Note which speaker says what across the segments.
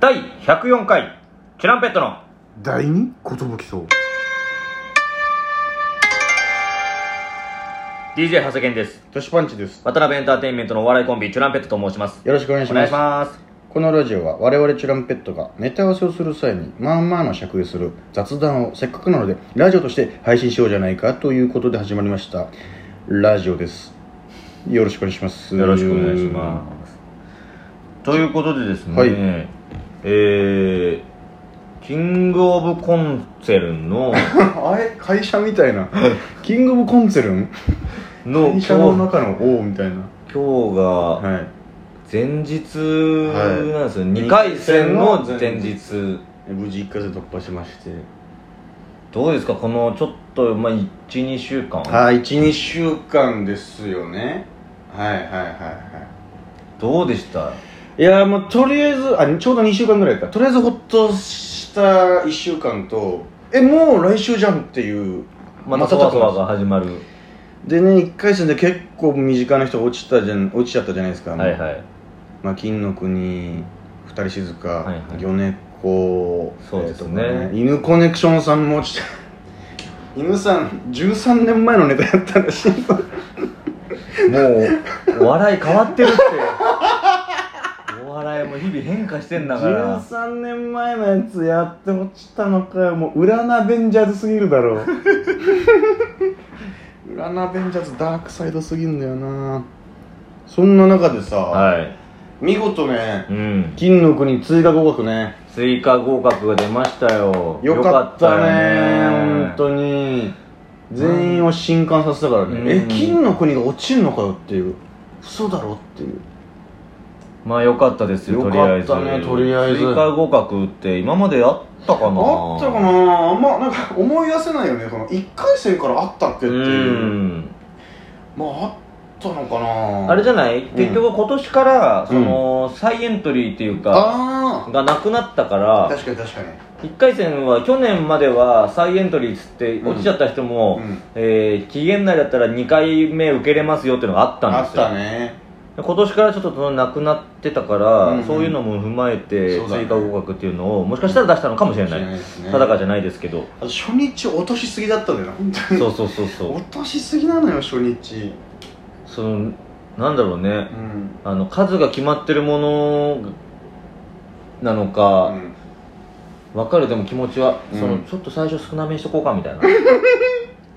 Speaker 1: 第104回チュランペットの
Speaker 2: 第二寿そう
Speaker 1: DJ 長谷健です
Speaker 3: トシパンチです。
Speaker 1: 渡辺エンターテインメントのお笑いコンビチュランペットと申します
Speaker 3: よろしくお願いし
Speaker 1: お願い
Speaker 3: ます。
Speaker 1: します
Speaker 3: このラジオは我々チュランペットがネタ合わせをする際にまあまあの尺でする雑談をせっかくなのでラジオとして配信しようじゃないかということで始まりました。ラジオです。よろしくお願いします。
Speaker 1: よろしくお願いしますということでですね、
Speaker 3: はい
Speaker 1: えー、キングオブコンツェルン の
Speaker 3: す。 あれ会社み たいな。キングオブコンツェルン
Speaker 1: の
Speaker 3: 会社の
Speaker 1: 今
Speaker 3: 中の王みたいな。
Speaker 1: 日今日が
Speaker 3: はい。
Speaker 1: 前日なんですよ、2回戦の前
Speaker 3: 二回
Speaker 1: 日
Speaker 3: 無事一回戦突破しまして。
Speaker 1: どうですかこのちょっと、まあ、12週間、
Speaker 3: はい、1、2週間ですよね。はいはいはいはい。
Speaker 1: どうでした
Speaker 3: いやーまあとりあえずあちょうど2週間ぐらいかとりあえずほっとした1週間とえもう来週じゃんっていう
Speaker 1: またそわそわが始まる
Speaker 3: でね1回戦で結構身近な人が落ちたじゃん落ちちゃったじゃないですか、
Speaker 1: はいはい
Speaker 3: まあ、金の国二人静か、
Speaker 1: はいはい
Speaker 3: 魚猫
Speaker 1: そうですね
Speaker 3: えーとか犬コネクションさんも落ちた犬さん13年前のネタやったらしい
Speaker 1: もうお笑い変わってるってお笑いも日々変化してんだから
Speaker 3: 13年前のやつやって落ちたのかよもう裏ナベンジャーズすぎるだ ろう裏ナベンジャーズダークサイドすぎるんだよなそんな中でさ、
Speaker 1: はい
Speaker 3: 見事ね
Speaker 1: うん
Speaker 3: 金の国追加合格ね
Speaker 1: 追加合格が出ましたよ
Speaker 3: よかったね
Speaker 1: よかっ
Speaker 3: 本
Speaker 1: たよね
Speaker 3: 当に全員を震撼させたからね、
Speaker 1: うん
Speaker 3: え金の国が落ちんのかよっていう嘘だろっていう
Speaker 1: まあよかったですよと
Speaker 3: よか
Speaker 1: りあえず
Speaker 3: ったねとりあえず
Speaker 1: 追加合格って今まであったかな
Speaker 3: あったかなあんまなんか思い出せないよねその1回戦からあったっけって
Speaker 1: う
Speaker 3: いうんまああったのかな
Speaker 1: あれじ
Speaker 3: ゃ
Speaker 1: ゃない結局今年からその再エントリーっていうか
Speaker 3: あ
Speaker 1: がなくなったか
Speaker 3: あ
Speaker 1: ら
Speaker 3: 確かに確かに
Speaker 1: 1回戦は去年までは再エントリーっつって落ちちゃった人も、
Speaker 3: うん
Speaker 1: えー期限内だったら2回目受けれますよっていうのがあったんで
Speaker 3: あっ
Speaker 1: すよ
Speaker 3: たね
Speaker 1: 今年からちょっとそのなくなってたから、
Speaker 3: うんうん
Speaker 1: そういうのも踏まえて
Speaker 3: そうだね
Speaker 1: 追加合格っていうのをもしかしたら出したのかもしれ
Speaker 3: 知
Speaker 1: な
Speaker 3: ら
Speaker 1: い、
Speaker 3: ないですね
Speaker 1: 定かじゃないですけど
Speaker 3: あと初日落としすぎだったんだよな本当に
Speaker 1: そうそうそうそ
Speaker 3: 落
Speaker 1: う
Speaker 3: としすぎなのよ初日
Speaker 1: そのなんだろうね
Speaker 3: うん
Speaker 1: あの数が決まってるものなのか、
Speaker 3: うん
Speaker 1: 分かるでも気持ちは、
Speaker 3: うん
Speaker 1: そのちょっと最初少なめにしとこうかみたいな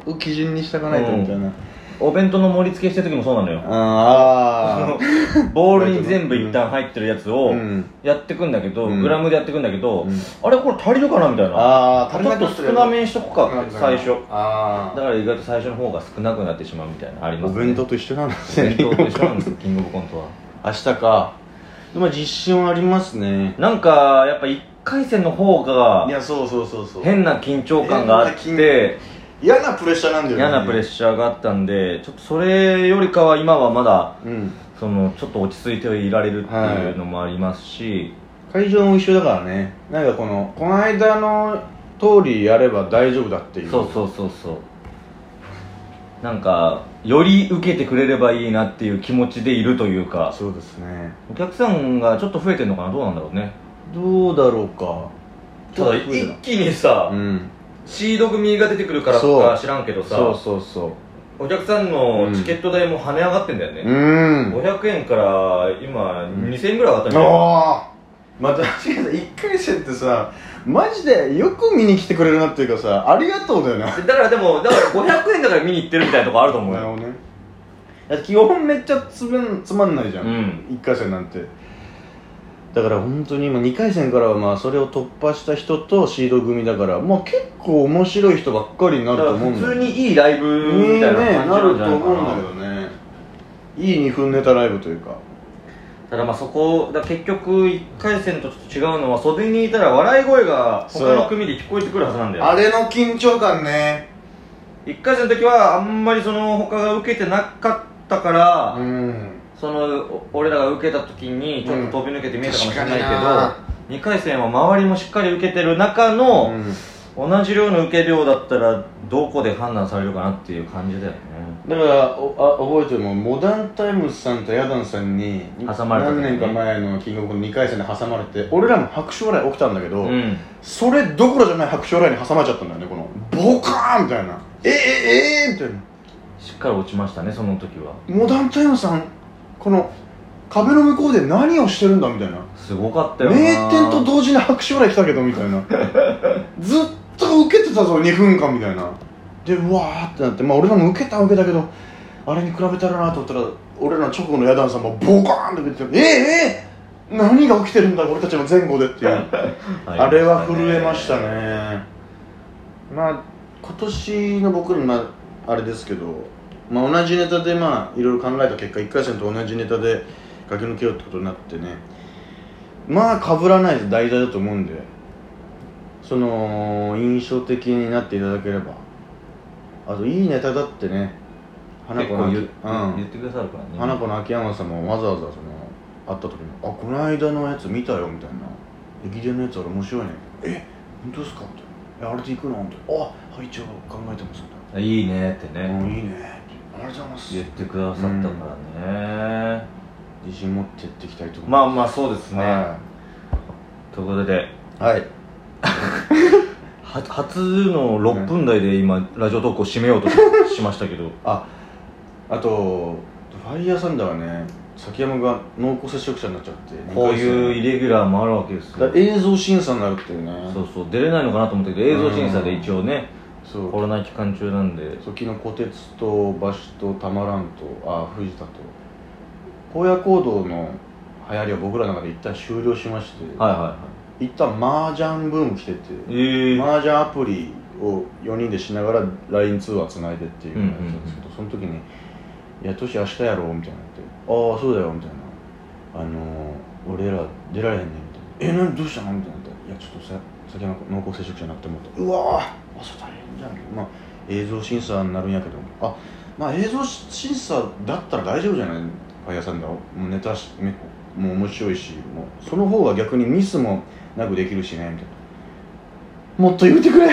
Speaker 3: を基準に従わないとみたいな
Speaker 1: お弁当の盛り付けしてる時もそうなのよ
Speaker 3: あ
Speaker 1: そのボールに全部一旦入ってるやつ
Speaker 3: あ
Speaker 1: を
Speaker 3: うん
Speaker 1: やってくんだけど、
Speaker 3: うん
Speaker 1: グラムでやってくんだけど、
Speaker 3: うん
Speaker 1: あれこれ足りるかなみたいな
Speaker 3: ああ
Speaker 1: ちょっと少なめにしとこうかって最初
Speaker 3: あ
Speaker 1: だ
Speaker 3: あ
Speaker 1: から意外と最初の方が少なくなってしまうみたいなのありま
Speaker 3: お
Speaker 1: すね
Speaker 3: 弁当と一緒なんです
Speaker 1: お
Speaker 3: ね
Speaker 1: 弁当と一緒なんですよキングオブコントは
Speaker 3: 明日かでも実施はありますね
Speaker 1: なんかやっぱ1回戦の方が
Speaker 3: いやそうそうそうそう
Speaker 1: 変な緊張感があっ
Speaker 3: 変な緊
Speaker 1: て
Speaker 3: 嫌なプレッシャーなんだよね
Speaker 1: 嫌なプレッシャーがあったんでちょっとそれよりかは今はまだ
Speaker 3: うん
Speaker 1: そのちょっと落ち着いていられるっていうのもありますし、
Speaker 3: 会場も一緒だからねなんかこのこの間の通りやれば大丈夫だっていう
Speaker 1: そうそうそうそうなんかより受けてくれればいいなっていう気持ちでいるというか
Speaker 3: そうですね
Speaker 1: お客さんがちょっと増えてんのかなどうなんだろうね
Speaker 3: どうだろうか
Speaker 1: ただ一気にさ、
Speaker 3: うん
Speaker 1: シード組が出てくるから
Speaker 3: そ
Speaker 1: か
Speaker 3: う
Speaker 1: 知らんけどさ
Speaker 3: そうそうそう
Speaker 1: お客さんのチケット代も跳ね上がってんだよ
Speaker 3: う
Speaker 1: ね、
Speaker 3: ん
Speaker 1: 500円から今2000円ぐらい上がったみたいな
Speaker 3: ああまた確かに1回戦ってさマジでよく見に来てくれるなっていうかさありがとうだよな
Speaker 1: でだからでもだから500円だから見に行ってるみたいなとこあると思う
Speaker 3: なる
Speaker 1: よ
Speaker 3: ほどねいや基本めっちゃつぶんつまんないじゃん、
Speaker 1: うん
Speaker 3: 1回戦なんてだから本当に今2回戦からはまあそれを突破した人とシード組だからまあ結構面白い人ばっかりにな
Speaker 1: だ
Speaker 3: る
Speaker 1: か
Speaker 3: と
Speaker 1: ら
Speaker 3: 思うん
Speaker 1: 普
Speaker 3: だ
Speaker 1: 通
Speaker 3: よ
Speaker 1: にいいライブみたいな感じ
Speaker 3: ねな
Speaker 1: なん
Speaker 3: る
Speaker 1: じ
Speaker 3: と
Speaker 1: ゃないか
Speaker 3: 思
Speaker 1: な、
Speaker 3: うんだけどねいい2分ネタライブというか
Speaker 1: ただまあそこだ結局1回戦とちょっと違うのは袖にいたら笑い声が他の組で聞こえてくるはずなんだよ
Speaker 3: あれの緊張感ね
Speaker 1: 1回戦の時はあんまりその他が受けてなかったから、
Speaker 3: うん
Speaker 1: そのお俺らが受けた時にちょっと飛び抜けて見えたかもしれないけど、
Speaker 3: うん確か
Speaker 1: 2回戦は周りもしっかり受けてる中の、同じ量の受け量だったらどこで判断されるかなっていう感じだよね
Speaker 3: だからおあ覚えてるもんモダンタイムズさんとヤダンさんに
Speaker 1: 挟まれた時
Speaker 3: 何
Speaker 1: ね
Speaker 3: 年か前のキングオブコント2回戦で挟まれて俺らも白鳥来起きたんだけど、
Speaker 1: うん
Speaker 3: それどころじゃない白鳥来に挟まれちゃったんだよねこのボカーンみたいなええええみたいな
Speaker 1: しっかり落ちましたねその時は
Speaker 3: モダンタイムズさんこの壁の向こうで何をしてるんだみたいな
Speaker 1: すごかったよな
Speaker 3: 名店と同時に拍手笑い来たけどみた いなずっと受けてたぞ2分間みたいなでうわーってなってまあ俺らも受けた受けたけどあれに比べたらなと思ったら俺らの直後のヤダンさんもボカーンって出ててえー、えー、何が起きてるんだ俺たちの前後でっていう
Speaker 1: はい
Speaker 3: あれは震えましたねまあ今年の僕らのまああれですけど、まあ、同じネタでまあいろいろ考えた結果1回戦と同じネタで駆け抜けようってことになってねまあかぶらないと題材だと思うんでその印象的になっていただければあといいネタだってね
Speaker 1: 結
Speaker 3: の
Speaker 1: 構
Speaker 3: 秋
Speaker 1: 言,、
Speaker 3: うん
Speaker 1: 言ってくださるからね
Speaker 3: 花子の秋山さんもわざわざその会った時に「あこの間のやつ見たよ」みたいな「駅伝のやつあれ面白いね」え本当ですか?」みたいなえ「あれで行くの?」みたいな「あはい一応考えてます」み
Speaker 1: いいねって
Speaker 3: たいな「うん
Speaker 1: ね
Speaker 3: いいね」って「ありがとうございます
Speaker 1: 言ってくださったからね」
Speaker 3: 自信持ってやっていきたいと思い
Speaker 1: まあ
Speaker 3: ま
Speaker 1: まあそうです
Speaker 3: す
Speaker 1: ね、
Speaker 3: は
Speaker 1: ということで
Speaker 3: い、はい、
Speaker 1: は初の6分台で今、ラジオ投稿締めようとししましたけ ど
Speaker 3: ああとファイヤーサンダーはね崎山が濃厚接触者になっちゃって
Speaker 1: こういうイ
Speaker 3: 入
Speaker 1: レギュラーもあるわけですよ
Speaker 3: れ映像審査になるっていうね
Speaker 1: そうそう出れないのかなと思ったけど映像審査で一応ね
Speaker 3: そう
Speaker 1: コロナ期間中なんで
Speaker 3: 時の虎鉄と馬首とたまらんとあ藤田と荒野行動の流行りは僕らの中で一旦終了しまして、
Speaker 1: はいは
Speaker 3: 一旦麻雀ブーム来てて
Speaker 1: いはいええ
Speaker 3: 麻雀アプリを4人でしながら LINE 通話つないでっていうのをやってたんですけど、その時に「いやトシ明日やろう」みたいになって「ああそうだよ」みたいな「あのー、俺ら出られへんねん」みたいな「えなんどうしたの?」みたいになって「いやちょっとさ先の濃厚接触者になってもってうわあそう大変じゃん」まあ映像審査になるんやけどあまあ映像審査だったら大丈夫じゃないファイヤーサンダーもうネタしめもう面白いしもうその方が逆にミスもなくできるしねみたい なもっと言うてくれ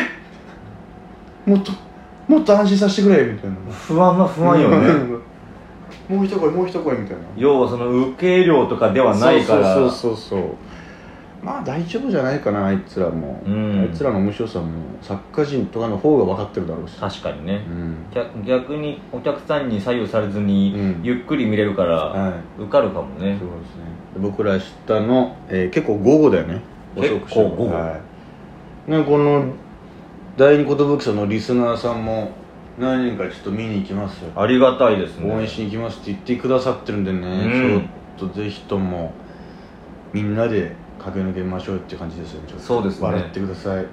Speaker 3: もっともっと安心させてくれみたいな
Speaker 1: 不安は不安よね
Speaker 3: もう一声もう一声みたいな
Speaker 1: 要はその受け量とかではないから
Speaker 3: そうそうそうそうまあ大丈夫じゃないかなあいつらも、
Speaker 1: うん
Speaker 3: あいつらの面白さも作家陣とかの方が分かってるだろうし
Speaker 1: 確かにね
Speaker 3: うん、
Speaker 1: 逆逆にお客さんに左右されず
Speaker 3: う
Speaker 1: に
Speaker 3: ん
Speaker 1: ゆっくり見れるから
Speaker 3: は
Speaker 1: 受かるかもね
Speaker 3: いそうですね僕ら明日の、えー結構午後だよね
Speaker 1: 結構午後
Speaker 3: はい、ねこの第二寿さんのリスナーさんも何人かちょっと見に行きますよ
Speaker 1: ありがたいですね
Speaker 3: 応援しに行きますって言ってくださってるんでね、
Speaker 1: うん
Speaker 3: ちょっとぜひともみんなで駆け抜けましょうっていう感じですよねちょっと
Speaker 1: そうですね
Speaker 3: 笑ってください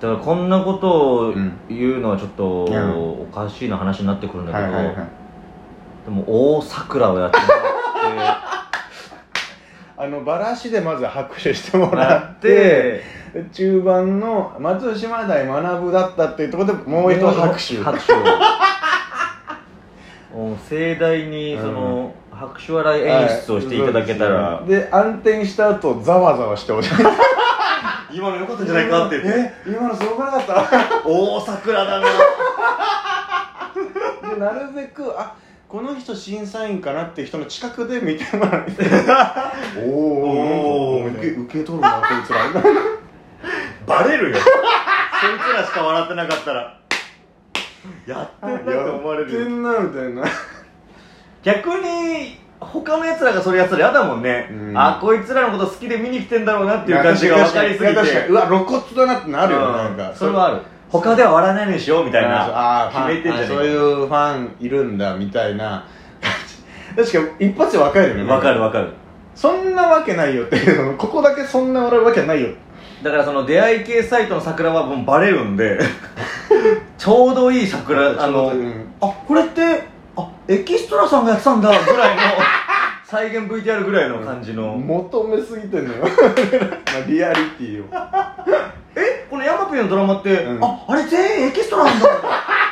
Speaker 1: だからこんなことを
Speaker 3: うん
Speaker 1: 言うのはちょっと
Speaker 3: うん
Speaker 1: おかしいな話になってくるんだ
Speaker 3: はい
Speaker 1: けど、
Speaker 3: はいはい
Speaker 1: でも大桜をやってもらっ
Speaker 3: あのバラシでまず拍手しても
Speaker 1: て
Speaker 3: ら
Speaker 1: な
Speaker 3: っ
Speaker 1: ってて
Speaker 3: 中盤の松島大学だったっていうところでもう一度拍手
Speaker 1: 拍手をもう盛大にその、拍手笑い演出をしていただけたら、
Speaker 3: はいそうですねで暗転した後ざわざわしてほしい
Speaker 1: 今の良かった
Speaker 3: え今のすごくなかった
Speaker 1: 大桜だな
Speaker 3: でなるべくあこの人審査員かなって人の近くで見てもらう お
Speaker 1: おー
Speaker 3: 受け受け取るなこいつらい
Speaker 1: バレるよそいつらしか笑ってなかったらやってんなって思われる
Speaker 3: や
Speaker 1: よ
Speaker 3: ってんなみたいな
Speaker 1: 逆に他のやつらがそれやったら嫌だもんね、
Speaker 3: うん
Speaker 1: あこいつらのこと好きで見に来てんだろうなっていう感じが分かりすぎて
Speaker 3: いや確かにうわ露骨だなってなるよね、
Speaker 1: うん
Speaker 3: なんか
Speaker 1: それはある他では笑わないようにしようみたいな
Speaker 3: ああ
Speaker 1: 決めてんじゃねえか
Speaker 3: そういうファンいるんだみたいな感じ確かに一発で分かるよね
Speaker 1: 分かる分かる
Speaker 3: そんなわけないよっていうのここだけそんな笑うわけないよ
Speaker 1: だからその出会い系サイトの桜はもうバレるん でちょうどいい桜あの
Speaker 3: うん
Speaker 1: あこれってあエキストラさんがやってたんだぐらいの再現 VTR ぐらいの感じの、
Speaker 3: 求めすぎてんのよ まあリアリティを
Speaker 1: えこのヤマピーのドラマって、
Speaker 3: うん
Speaker 1: ああれ全員エキストラなんだ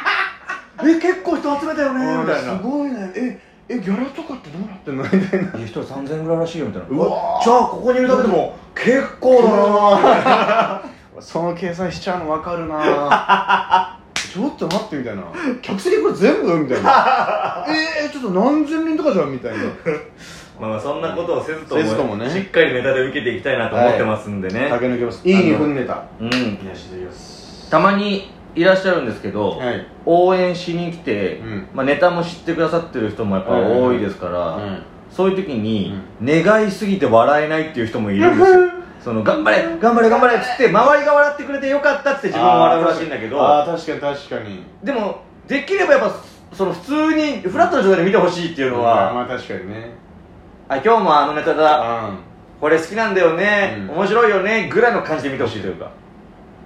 Speaker 1: え結構人集めたよねみたいな
Speaker 3: すごいねええギャラとかってどうなってんの みたいない
Speaker 1: や一人3000円ぐらいらしいよみたいな
Speaker 3: うわ
Speaker 1: じゃあここにいるだけでも結構だな
Speaker 3: その計算しちゃうの分かるな ちょっと待ってみたいな客席これ全部みたいな えー、ちょっと何千人とかじゃんみたいな
Speaker 1: まあまあそんなことをせずとも
Speaker 3: せずともね
Speaker 1: しっかりネタで受けていきたいなと思ってますんでね、
Speaker 3: 駆け抜けますいい踏んでた
Speaker 1: うん
Speaker 3: いやしていきます
Speaker 1: たまにいらっしゃるんですけど、
Speaker 3: はい
Speaker 1: 応援しに来て、
Speaker 3: うん
Speaker 1: まあ、ネタも知ってくださってる人もやっぱ多いですから、
Speaker 3: うん
Speaker 1: そういう時に、願いすぎて笑えないっていう人もいるんですよその頑張れ頑張れ頑張れっつって周りが笑ってくれてよかったっつって自分も笑うらしいんだけ
Speaker 3: あ
Speaker 1: ど
Speaker 3: ー確かに確かに
Speaker 1: でもできればやっぱその普通にフラットな状態で見てほしいっていうのは、
Speaker 3: まあ確かにね
Speaker 1: あ今日もあのネタだ
Speaker 3: あ
Speaker 1: これ好きなんだよね、
Speaker 3: うん
Speaker 1: 面白いよねぐらいの感じで見てほしいというか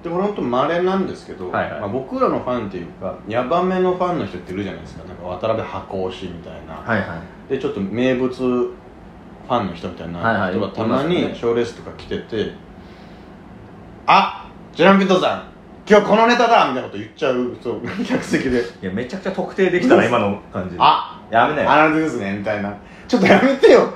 Speaker 3: でこれ本当まれなんですけど、
Speaker 1: はいはい
Speaker 3: まあ、僕らのファンっていうかヤバめのファンの人っているじゃないですかなんか渡辺箱推しみたいな、
Speaker 1: いはい
Speaker 3: でちょっと名物ファンの人みたい
Speaker 1: はいは
Speaker 3: ない人がたま
Speaker 1: います
Speaker 3: に
Speaker 1: ね
Speaker 3: 賞レースとか来てて「あジェランピットさん今日このネタだ!」みたいなこと言っちゃうそう客 席で
Speaker 1: いやめちゃくちゃ特定できたな今の感じ
Speaker 3: 「
Speaker 1: で
Speaker 3: あ
Speaker 1: やめなよ
Speaker 3: あなたですね」みたいな「ちょっとやめてよ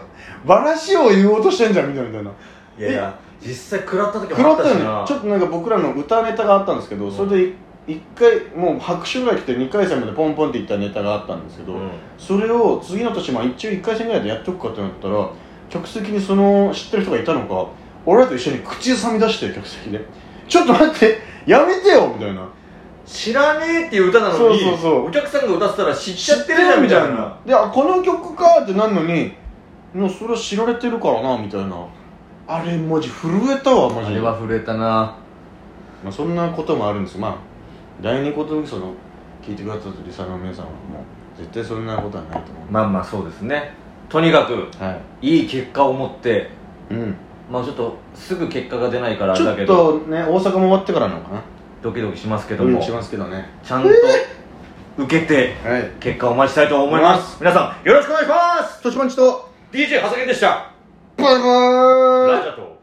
Speaker 3: バラシを言おうとしてんじゃん」みたいなみたいない
Speaker 1: やいや実際食らった時
Speaker 3: 食ら
Speaker 1: もあ
Speaker 3: っ
Speaker 1: ったた
Speaker 3: よ
Speaker 1: し
Speaker 3: ね
Speaker 1: な
Speaker 3: ちょっとなんか僕らの歌ネタがあったんですけど、それで一回もう拍手ぐらい来て2回戦までポンポンっていったネタがあったんですけど、
Speaker 1: うん
Speaker 3: それを次の年、まあ、一応1回戦ぐらいでやっとくかってなったら客席にその知ってる人がいたのか俺らと一緒に口ずさみ出して客席で「ちょっと待ってやめてよ」みたいな
Speaker 1: 知らねえっていう歌なのに
Speaker 3: そうそうそう
Speaker 1: お客さんが歌ってたら知っちゃってるじゃんみたいな
Speaker 3: であこの曲かってなんのにもうそれは知られてるからなみたいなあれマジ震えたわマジで
Speaker 1: 震えたな
Speaker 3: まあ、そんなこともあるんですまあ第二ことその聞いてくださったリサーの皆さんはもう絶対そんなことはないと思
Speaker 1: まあまあそうですねとにかく
Speaker 3: うはい
Speaker 1: いい結果を持って
Speaker 3: うん
Speaker 1: まあちょっとすぐ結果が出ないからあ
Speaker 3: ち
Speaker 1: れ
Speaker 3: ょ
Speaker 1: だ
Speaker 3: っ
Speaker 1: けど
Speaker 3: とね大阪も終わってからなのかな
Speaker 1: ドキドキしますけど
Speaker 3: ドキド
Speaker 1: も
Speaker 3: キし
Speaker 1: ち
Speaker 3: ますけどね
Speaker 1: ゃんと受けて
Speaker 3: はい
Speaker 1: 結果をお待ちしたいと思います皆さんよろしくお願いします
Speaker 3: としまんちと
Speaker 1: DJ 長谷でした
Speaker 3: バイバーイ
Speaker 1: ラジャと